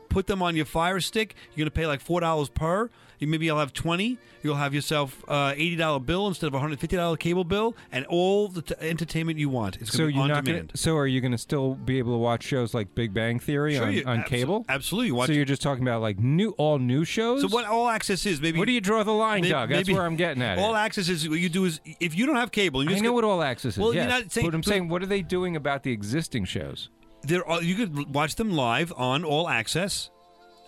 S4: put them on your Fire Stick. You're going to pay like four dollars per. You maybe you'll have twenty. You'll have yourself uh, eighty dollar bill instead of a hundred fifty dollar cable bill, and all the t- entertainment you want. It's going
S8: so
S4: to be
S8: you're
S4: on
S8: not
S4: demand.
S8: Gonna, so are you going to still be able to watch shows like Big Bang Theory
S4: Sure
S8: on,
S4: you-
S8: on
S4: abso-
S8: cable?
S4: Absolutely. Watch
S8: so you're just talking about like new all new shows.
S4: So what all access is? Maybe
S8: Where do you draw the line,
S4: May-
S8: Doug? That's
S4: maybe-
S8: where I'm getting at.
S4: All
S8: it.
S4: access is what you do is if you don't have cable. You
S8: I
S4: just
S8: know
S4: get-
S8: what all access is.
S4: Well,
S8: yes.
S4: you're not saying.
S8: But I'm saying, what are they doing about the existing shows?
S4: there are, you could watch them live on All Access,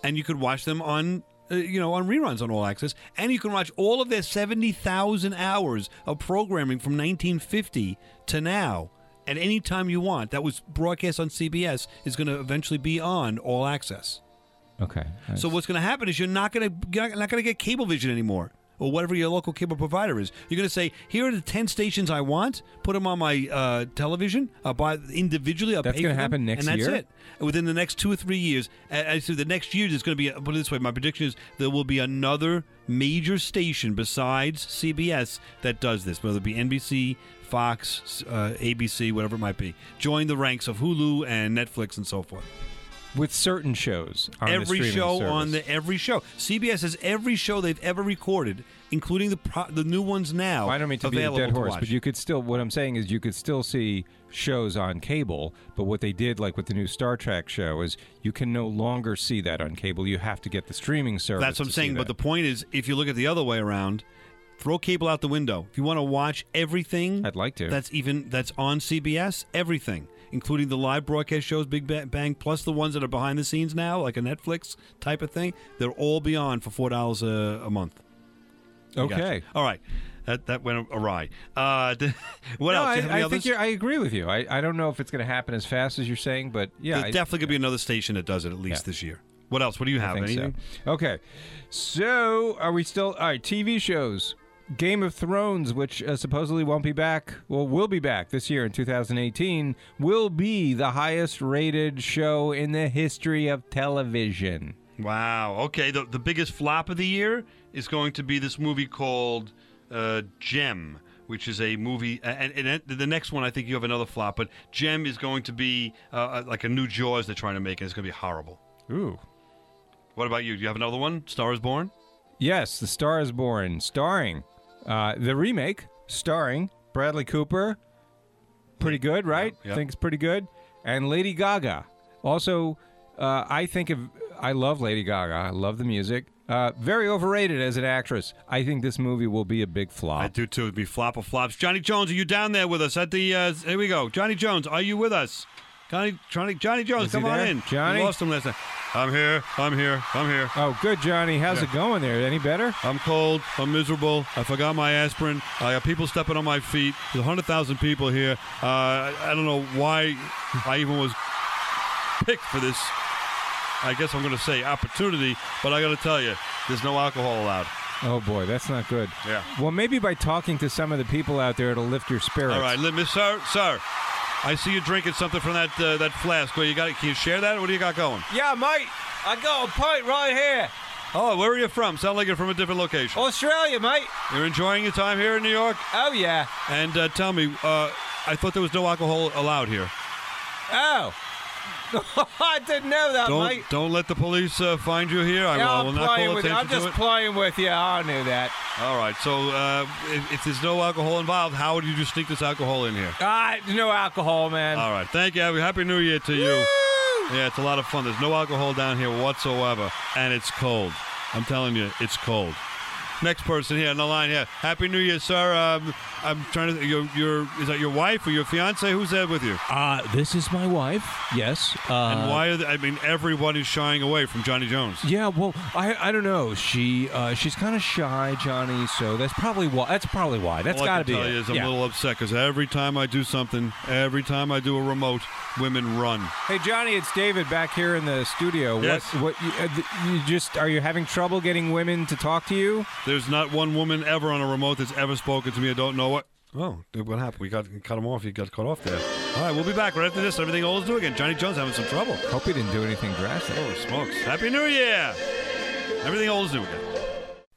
S4: and you could watch them on uh, you know on reruns on All Access, and you can watch all of their seventy thousand hours of programming from 1950 to now at any time you want. That was broadcast on CBS is going to eventually be on All Access.
S8: Okay.
S4: So what's going to happen is you're not going to you're not going to get Cablevision anymore. Or whatever your local cable provider is, you're going to say, "Here are the ten stations I want. Put them on my uh, television. I'll buy individually. I'll
S8: That's
S4: pay
S8: gonna
S4: for them,
S8: happen next
S4: and that's
S8: year?
S4: it. And within the next two or three years, I see the next year there's going to be. Put it this way, my prediction is there will be another major station besides CBS that does this, whether it be NBC, Fox, uh, ABC, whatever it might be. Join the ranks of Hulu and Netflix and so forth
S8: With certain shows. On the
S4: every
S8: streaming
S4: show
S8: service.
S4: on the every show. CBS has every show they've ever recorded, including the pro, the new ones now.
S8: I don't mean to be a
S4: available
S8: dead
S4: to
S8: horse,
S4: watch.
S8: but you could still. What I'm saying is, you could still see shows on cable. But what they did, like with the new Star Trek show, is you can no longer see that on cable. You have to get the streaming service.
S4: That's what I'm
S8: to see
S4: saying. But the
S8: that.
S4: point is, if you look at the other way around, throw cable out the window. If you want to watch everything, I'd
S8: like to.
S4: That's even that's on CBS. Everything, including the live broadcast shows, Big Ba- Bang, plus the ones that are behind the scenes now, like a Netflix type of thing. They're all beyond for four dollars a month. You got
S8: Okay.
S4: you. All right. That, that went awry. Uh, d- what
S8: No, I,
S4: else? Do you have any
S8: I
S4: others?
S8: think you're, I agree with you. I, I don't know if it's going to happen as fast as you're saying, but yeah,
S4: There's
S8: I-
S4: definitely going to be another station that does it at least this year. What else? What do you have?
S8: think so.
S4: Anything?
S8: Okay. So, are we still all right? TV shows, Game of Thrones, which uh, supposedly won't be back, well, will be back this year in 2018, will be the highest-rated show in the history of television.
S4: Wow. Okay. The, the biggest flop of the year is going to be this movie called uh, Gem, which is a movie. And, and, and the next one, I think you have another flop, but Gem is going to be uh, like a new Jaws they're trying to make, and it's going to be horrible.
S8: Ooh.
S4: What about you? Do you have another one? Star is Born?
S8: Yes, The Star Is Born, starring uh, the remake, starring Bradley Cooper. Pretty good, right?
S4: yeah.
S8: Think it's pretty good. And Lady Gaga. Also, uh, I think of I love Lady Gaga. I love the music. Uh, very overrated as an actress. I think this movie will be a big flop.
S4: I do too. It'd be flop of flops. Johnny Jones, are you down there with us at the? Uh, here we go. Johnny Jones, are you with us? Johnny, Johnny, Johnny Jones,
S8: Is he
S4: come on
S8: there?
S4: in.
S8: Johnny?
S4: we lost him last time. I'm here. I'm here. I'm here.
S8: Oh, good, Johnny. How's
S4: Yeah.
S8: it going there? Any better?
S4: I'm cold. I'm miserable. I forgot my aspirin. I got people stepping on my feet. There's 100,000 people here. Uh, I, I don't know why I even was picked for this. I guess I'm going to say opportunity, but I got to tell you, there's no alcohol allowed.
S8: Oh boy, that's not good.
S4: Yeah.
S8: Well, maybe by talking to some of the people out there, it'll lift your spirits.
S4: All right, let me, sir, sir. I see you drinking something from that uh, that flask. Well, you got? Can you share that? What do you got going?
S8: Yeah, mate. I got a pint right here.
S4: Oh, where are you from? Sound like you're from a different location.
S8: Australia, mate.
S4: You're enjoying your time here in New York.
S8: Oh yeah.
S4: And uh, tell me, uh, I thought there was no alcohol allowed here.
S8: Oh. I didn't know that,
S4: don't
S8: mate.
S4: don't let the police uh, find you here. I,
S8: Uh, Yeah,
S4: will- I
S8: I'm
S4: will not
S8: playing
S4: call
S8: with you.
S4: attention
S8: I'm just
S4: to it.
S8: playing with you. Oh, I knew that.
S4: All right. So uh, if, if there's no alcohol involved, how would you just sneak this alcohol in here?
S8: Ah, no alcohol, man.
S4: All right. Thank you. Abby. Happy New Year to you. Yeah, it's a lot of fun. There's no alcohol down here whatsoever, and it's cold. I'm telling you, it's cold. Next person here on the line here. Happy New Year, sir. Um, I'm trying to. Your, your is that your wife or your fiance? Who's there with you?
S16: Uh, this is my wife. Yes. Uh,
S4: and why? Are they, I mean, everyone is shying away from Johnny Jones.
S16: Yeah. Well, I I don't know. She uh, she's kind of shy, Johnny. So that's probably why. That's probably why. That's
S4: All
S16: got
S4: I
S16: to
S4: can
S16: be.
S4: tell
S16: it.
S4: you is I'm
S16: yeah.
S4: a little upset because every time I do something, every time I do a remote, women run.
S8: Hey, Johnny, it's David back here in the studio.
S4: Yes.
S8: What? What? You, uh, th- you just are you having trouble getting women to talk to you?
S4: There's not one woman ever on a remote that's ever spoken to me. I don't know what. Oh, dude, what happened? We got cut him off. He got cut off there. All right, we'll be back right after this. Everything old is new again. Johnny Jones having some trouble.
S8: Hope he didn't do anything drastic.
S4: Holy smokes! Happy New Year! Everything old is new again.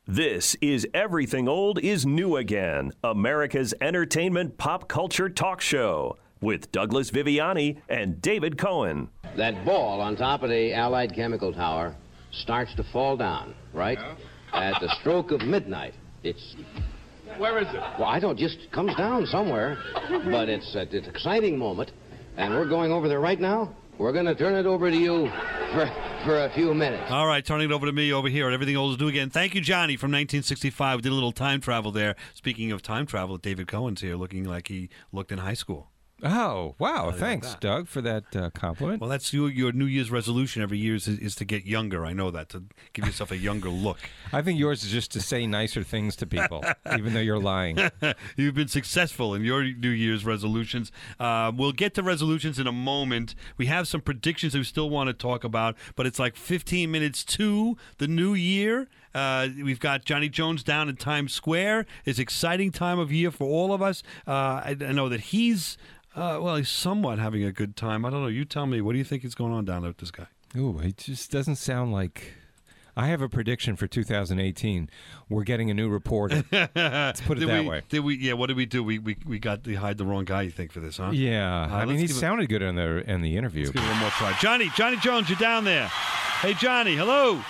S2: This is Everything Old is New Again, America's entertainment pop culture talk show with Douglas Viviani and David Cohen.
S1: that ball on top of the Allied chemical tower starts to fall down, right? At the stroke of midnight. It's
S17: Where is it?
S1: well, I don't just comes down somewhere, but it's a, it's an exciting moment, and we're going over there right now. We're going to turn it over to you for for a few minutes.
S4: All right, turning it over to me over here at Everything Old is New Again. Thank you, Johnny, from 1965. We did a little time travel there. Speaking of time travel, David Cohen's here looking like he looked in high school.
S8: Oh, wow.
S4: about
S8: Thanks,
S4: that?
S8: Doug, for that uh, compliment.
S4: Well, that's your, your New Year's resolution every year is, is to get younger. I know that, to give yourself a younger look.
S8: I think yours is just to say nicer things to people, even though you're lying.
S4: You've been successful in your New Year's resolutions. Uh, we'll get to resolutions in a moment. We have some predictions that we still want to talk about, but it's like 15 minutes to the new year. Uh, we've got Johnny Jones down in Times Square. It's exciting time of year for all of us. Uh, I, I know that he's uh, well, he's somewhat having a good time. I don't know. You tell me. What do you think is going on down there with this guy?
S8: Ooh, it just doesn't sound like. I have a prediction for 2018. We're getting a new reporter. Let's put it
S4: Did
S8: that
S4: we-
S8: way.
S4: Did we? Yeah. What did we do? We we, we got to hide the wrong guy. You think for this, huh?
S8: Yeah,
S4: Uh,
S8: I mean
S4: let's
S8: he
S4: give it-
S8: sounded good in the in the interview.
S4: Give it one more try. Johnny, Johnny Jones, you're down there. Hey, Johnny, hello.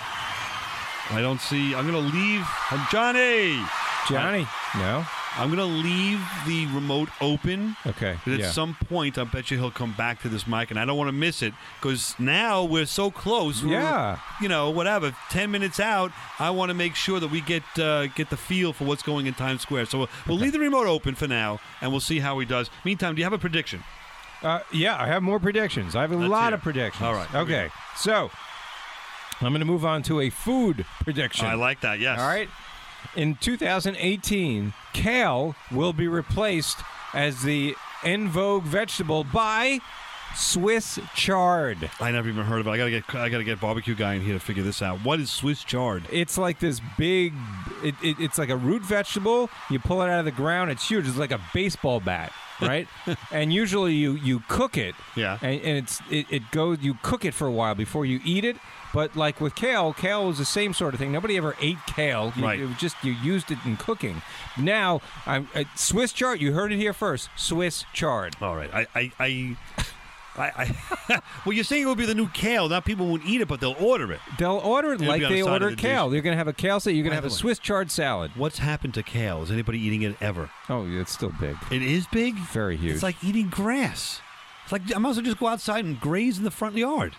S4: I don't see. I'm going to leave. I'm Johnny.
S8: Johnny. no.
S4: I'm going to leave the remote open.
S8: Okay.
S4: But at
S8: yeah.
S4: some point, I bet you he'll come back to this mic, and I don't want to miss it because now we're so close. We're,
S8: Yeah.
S4: You know, whatever. Ten minutes out, I want to make sure that we get uh, get the feel for what's going in Times Square. So we'll, we'll leave the remote open for now, and we'll see how he does. Meantime, do you have a prediction?
S8: Uh, yeah, I have more predictions. I have a lot of predictions. All right. Okay. So I'm going to move on to a food prediction.
S4: I like that. Yes.
S8: All right. In 2018, kale will be replaced as the en vogue vegetable by Swiss chard.
S4: I never even heard of it. I gotta get I gotta get barbecue guy in here to figure this out. What is Swiss chard?
S8: It's like this big. It, it, it's like a root vegetable. You pull it out of the ground. It's huge. It's like a baseball bat, right? and usually you you cook it.
S4: Yeah.
S8: And, and it's it, it goes. You cook it for a while before you eat it. But like with kale, kale was the same sort of thing. Nobody ever ate kale. You,
S4: Right.
S8: It was just you used it in cooking. Now I'm uh, Swiss chard. You heard it here first. Swiss chard.
S4: All right. I I. I... I, I well, you're saying it would be the new kale. Not people won't eat it, but they'll order it.
S8: They'll order it
S4: It'll
S8: like
S4: be on the
S8: they
S4: side
S8: order
S4: of the
S8: kale.
S4: dish.
S8: You're gonna have a kale salad. You're gonna
S4: By
S8: have
S4: the
S8: a
S4: way,
S8: Swiss chard salad.
S4: What's happened to kale? Is anybody eating it ever?
S8: Oh, it's still big.
S4: It is big.
S8: Very huge.
S4: It's like eating grass. It's like I might as well just go outside and graze in the front yard.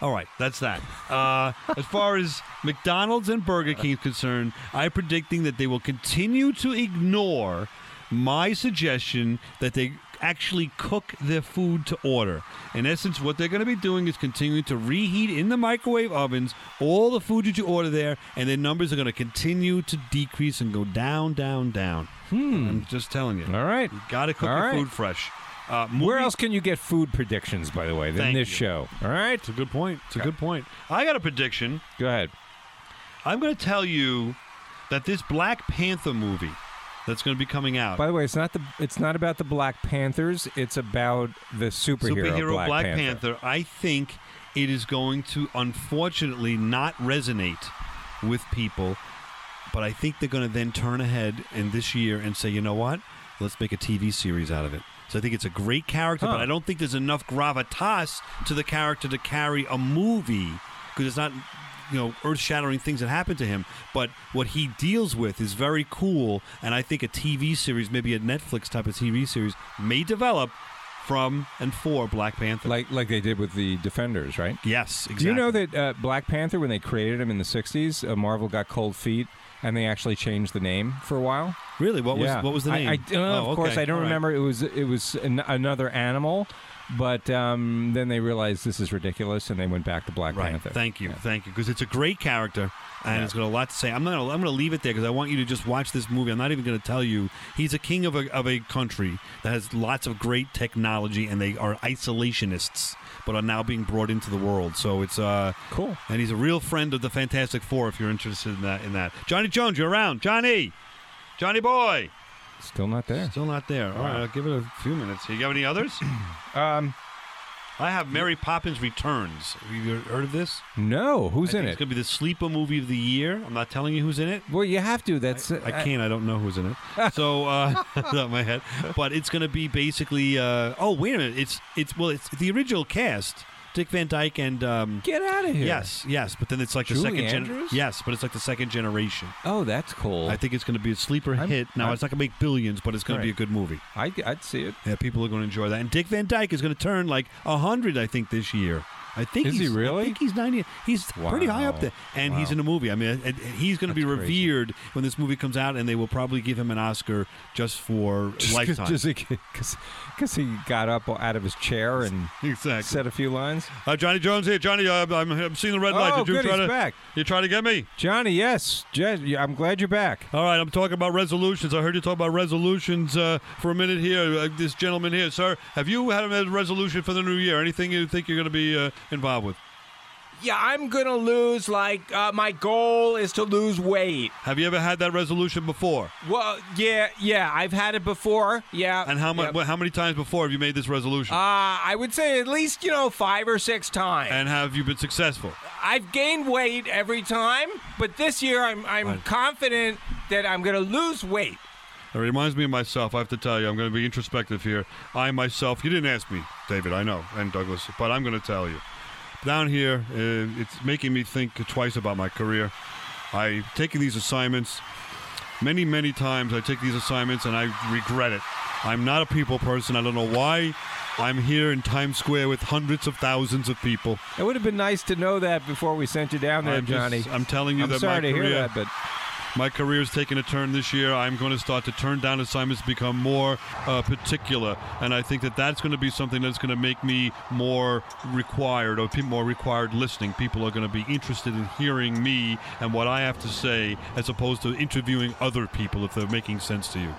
S4: All right, that's that. Uh, as far as McDonald's and Burger King is concerned, I'm predicting that they will continue to ignore my suggestion that they actually cook their food to order. In essence, what they're going to be doing is continuing to reheat in the microwave ovens all the food that you order there, and their numbers are going to continue to decrease and go down, down, down. Hmm. I'm just telling you.
S8: All right.
S4: You got to cook
S8: All
S4: your
S8: right.
S4: food fresh. Uh,
S8: Where
S4: movie-
S8: else can you get food predictions, by the way, than
S4: Thank
S8: this
S4: you.
S8: show? All right. It's
S4: a good point. It's a good point. I got a prediction.
S8: Go ahead.
S4: I'm going to tell you that this Black Panther movie that's going to be coming out.
S8: By the way, it's not the it's not about the Black Panthers. It's about the superhero, Black, Panther.
S4: I think it is going to unfortunately not resonate with people, but I think they're going to then turn ahead in this year and say, you know what? Let's make a TV series out of it. So I think it's a great character, but
S8: Huh.
S4: I don't think there's enough gravitas to the character to carry a movie because it's not. You know, earth shattering things that happen to him, but what he deals with is very cool. And I think a TV series, maybe a Netflix type of TV series, may develop from and for Black Panther.
S8: Like like they did with the Defenders, right?
S4: Yes,
S8: Do
S4: exactly.
S8: you know that uh, Black Panther, when they created him in the '60s, uh, Marvel got cold feet, and they actually changed the name for a while.
S4: Really? What was-
S8: Yeah.
S4: what was the
S8: I-
S4: name?
S8: I, don't know,
S4: Oh,
S8: of course,
S4: okay.
S8: I don't
S4: All right.
S8: remember. It was it was an, another animal, but um, then they realized this is ridiculous, and they went back to Black
S4: Right.
S8: Panther.
S4: Thank you, thank you, because it's a great character and it's got a lot to say. I'm not. Gonna, I'm going to leave it there because I want you to just watch this movie. I'm not even going to tell you. He's a king of a of a country that has lots of great technology, and they are isolationists, but are now being brought into the world. So it's uh
S8: cool.
S4: And he's a real friend of the Fantastic Four. If you're interested in that, in that, Johnny Jones, you're around, Johnny, Johnny boy.
S8: Still not there.
S4: Still not there. All right, I'll give it a few minutes. You have any others?
S8: um,
S4: I have Mary Poppins Returns. Have you heard of this?
S8: No, who's
S4: I
S8: in
S4: think
S8: it?
S4: It's going to be the sleeper movie of the year. I'm not telling you who's in it.
S8: Well, you have to. That's I,
S18: uh,
S4: I can't. I don't know who's in it. So uh, off the top of my head, but it's going to be basically. Uh, oh, wait a minute. It's it's well, it's the original cast. Dick Van Dyke and um,
S18: Get outta here.
S4: Yes, yes. But then it's like
S18: Julie
S4: the second generation.
S18: Andrews?
S4: Yes, but it's like the second generation.
S18: Oh, that's cool.
S4: I think it's going to be a sleeper hit. Now
S18: I'm-
S4: it's not going to make billions, but it's going to be a
S18: Right.
S4: good movie.
S18: I, I'd see it.
S4: Yeah, people are going to enjoy that. And Dick Van Dyke is going to turn like hundred, I think, this year. I think
S18: Is he
S4: he's, I
S18: really?
S4: think he's ninety. He's pretty high up
S18: Wow.
S4: there, and he's
S18: Wow.
S4: in a movie. I mean, uh, and- and he's going to be
S18: That's crazy.
S4: revered when this movie comes out, and they will probably give him an Oscar just for lifetime.
S18: Because he got up out of his chair and said a few lines.
S4: Uh, Johnny Jones here. Johnny, uh, I'm, I'm seeing the red light.
S18: Oh,
S4: Did you
S18: good,
S4: try
S18: he's
S4: to,
S18: back.
S4: You try to get me?
S18: Johnny, yes. Je- yeah, I'm glad you're back.
S4: All right, I'm talking about resolutions. I heard you talk about resolutions uh, for a minute here. Uh, this gentleman here, sir, have you had a resolution for the new year? Anything you think you're going to be uh, involved with?
S8: Yeah, I'm going to lose, like, uh, my goal is to lose weight.
S4: Have you ever had that resolution before?
S8: Well, yeah, yeah, I've had it before. Yeah.
S4: And how much?
S8: yeah.
S4: How many times before have you made this resolution?
S8: Uh, I would say at least, you know, five or six times.
S4: and have you been successful?
S8: I've gained weight every time, but this year I'm, I'm confident that I'm going to lose weight.
S4: It reminds me of myself. I have to tell you, I'm going to be introspective here. I myself, you didn't ask me, David. I know, and Douglas, but I'm going to tell you. Down here, uh, it's making me think twice about my career. I taking these assignments many, many times. I take these assignments and I regret it. I'm not a people person. I don't know why. I'm here in Times Square with hundreds of thousands of people.
S8: It would have been nice to know that before we sent you down
S4: I'm just- I'm telling you that my career, my career's taking a turn this year. I'm going to start to turn down assignments, become more uh, particular, and I think that that's going to be something that's going to make me more required or pe- more required listening. People are going to be interested in hearing me and what I have to say, as opposed to interviewing other people if they're making sense to you.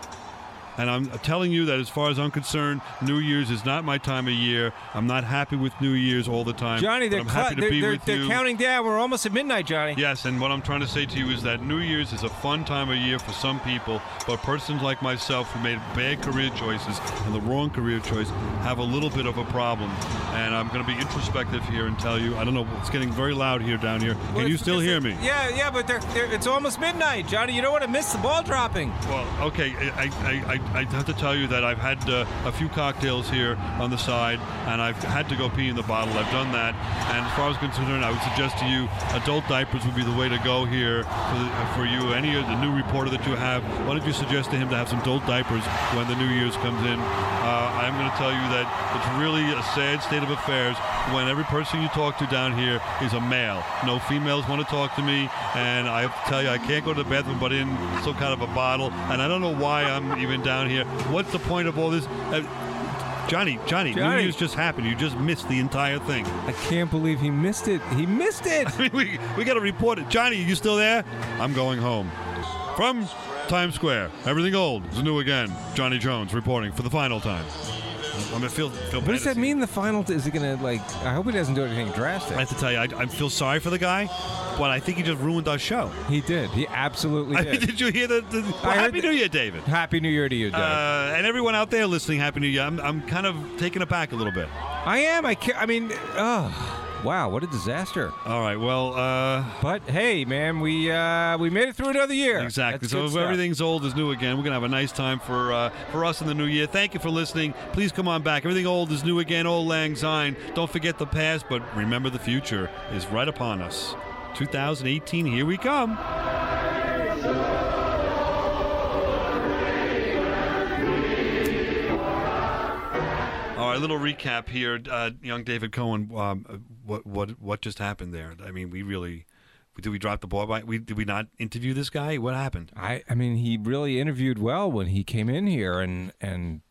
S4: And I'm telling you that as far as I'm concerned, New Year's is not my time of year. I'm not happy with New Year's all the time.
S8: Johnny,
S4: but
S8: they're,
S4: I'm
S8: cla-
S4: happy to
S8: they're,
S4: be
S8: they're-
S4: with
S8: they're
S4: you.
S8: counting down. We're almost at midnight, Johnny.
S4: Yes, and what I'm trying to say to you is that New Year's is a fun time of year for some people, but persons like myself who made bad career choices and the wrong career choice have a little bit of a problem. And I'm going to be introspective here and tell you, I don't know, it's getting very loud here down here. Can you still hear me?
S8: Yeah, yeah, but they're, they're, it's almost midnight, Johnny. You don't want to miss the ball dropping.
S4: Well, okay, I, I, I, I have to tell you that I've had uh, a few cocktails here on the side, and I've had to go pee in the bottle. I've done that, and as far as concerned, I would suggest to you, adult diapers would be the way to go here for, the, for you. Any of the new reporter that you have, why don't you suggest to him to have some adult diapers when the New Year's comes in? Uh, I'm going to tell you that it's really a sad state of affairs when every person you talk to down here is a male. No females want to talk to me, and I have to tell you, I can't go to the bathroom but in some kind of a bottle, and I don't know why I'm even down here. What's the point of all this? Uh, Johnny, Johnny, New
S8: Johnny.
S4: Year's just happened. You just missed the entire thing.
S8: I can't believe he missed it. He missed it.
S4: I mean, we we got to report it. Johnny, you still there? I'm going home. From Times Square, everything old is new again. Johnny Jones reporting for the final time. I'm gonna feel feel
S8: What does that mean? The final t- is it going to like? I hope he doesn't do anything drastic.
S4: I have to tell you, I, I feel sorry for the guy, but I think he just ruined our show.
S8: He did. He absolutely
S4: I
S8: did.
S4: mean, did you hear the? the well,
S8: heard
S4: Happy New Year, David.
S8: Happy New Year to you, Doug.
S4: Uh, and everyone out there listening, Happy New Year. I'm, I'm kind of taken aback a little bit.
S8: I am. I can I mean, oh, wow, what a disaster.
S4: All right. Well, uh,
S8: but hey, man, we uh, we made it through another year.
S4: Exactly.
S8: That's
S4: so
S8: good
S4: if
S8: stuff.
S4: everything's old is new again. We're gonna have a nice time for uh, for us in the new year. Thank you for listening. Please come on back. Everything old is new again. Old lang syne. Don't forget the past, but remember the future is right upon us. 2018. Here we come. All right, a little recap here. Uh, young David Cohen, um, uh, what what what just happened there? I mean, we really did we drop the ball? By, we did we not interview this guy? What happened?
S8: I, I mean, he really interviewed well when he came in here, and and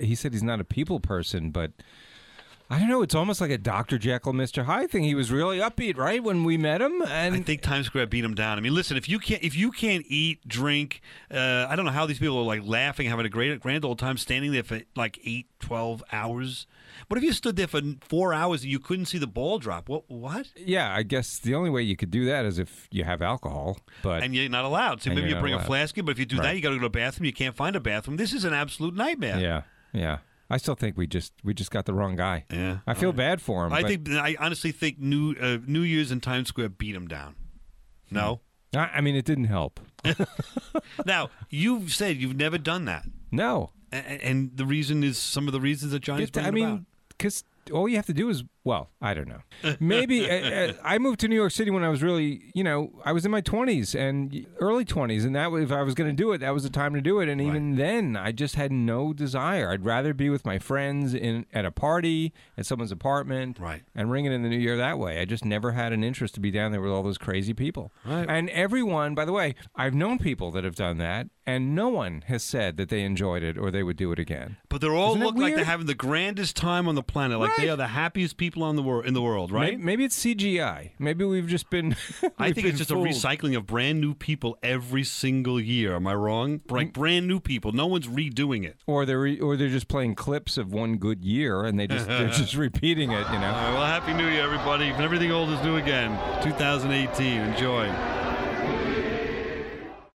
S8: he said he's not a people person, but I don't know. It's almost like a Dr. Jekyll, Mr. Hyde thing. He was really upbeat, right, when we met him, and
S4: I think Times Square beat him down. I mean, listen, if you can't if you can't eat, drink, uh, I don't know how these people are like laughing, having a great grand old time, standing there for like eight, 12 hours. What if you stood there for four hours and you couldn't see the ball drop? What? What?
S8: yeah, I guess the only way you could do that is if you have alcohol, but
S4: And you're not allowed. So
S8: And
S4: maybe
S8: you're
S4: you
S8: not
S4: bring a
S8: allowed.
S4: flask, in, but if you do that,
S8: Right.
S4: you got to go to a bathroom. You can't find a bathroom. This is an absolute nightmare.
S8: yeah, yeah. I still think we just we just got the wrong guy.
S4: Yeah,
S8: I feel bad for him.
S4: I
S8: but-
S4: think I honestly think New uh, New Year's in Times Square beat him down. No.
S8: I, I mean, it didn't help.
S4: now you've said you've never done that,
S8: No,
S4: A- and the reason is some of the reasons that Johnny's
S8: Get-
S4: bringing
S8: I mean,
S4: about.
S8: because all you have to do is Well, I don't know. Maybe I, I moved to New York City when I was really, you know, I was in my 20s and early 20s, and that was- if I was going to do it, that was the time to do it. And even then, I just had no desire. I'd rather be with my friends in at a party at someone's apartment, right, and ring it in the new year that way. I just never had an interest to be down there with all those crazy people. Right. And everyone, by the way, I've known people that have done that, and no one has said that they enjoyed it or they would do it again.
S4: But they're all
S8: Isn't that
S4: look like they're
S8: weird?
S4: having the grandest time on the planet. Like they
S8: Right.
S4: are the happiest people on the world in the world, right?
S8: Maybe, maybe it's CGI. Maybe we've just been.
S4: I
S8: we've
S4: think it's
S8: been
S4: just
S8: fooled.
S4: a recycling of brand new people every single year. Am I wrong?
S8: Mm.
S4: Like brand new people. No one's redoing it.
S8: Or they're re- or they're just playing clips of one good year and they just they're just repeating it. You know.
S4: All right, well, happy new year, everybody. Everything old is new again. 2018. Enjoy.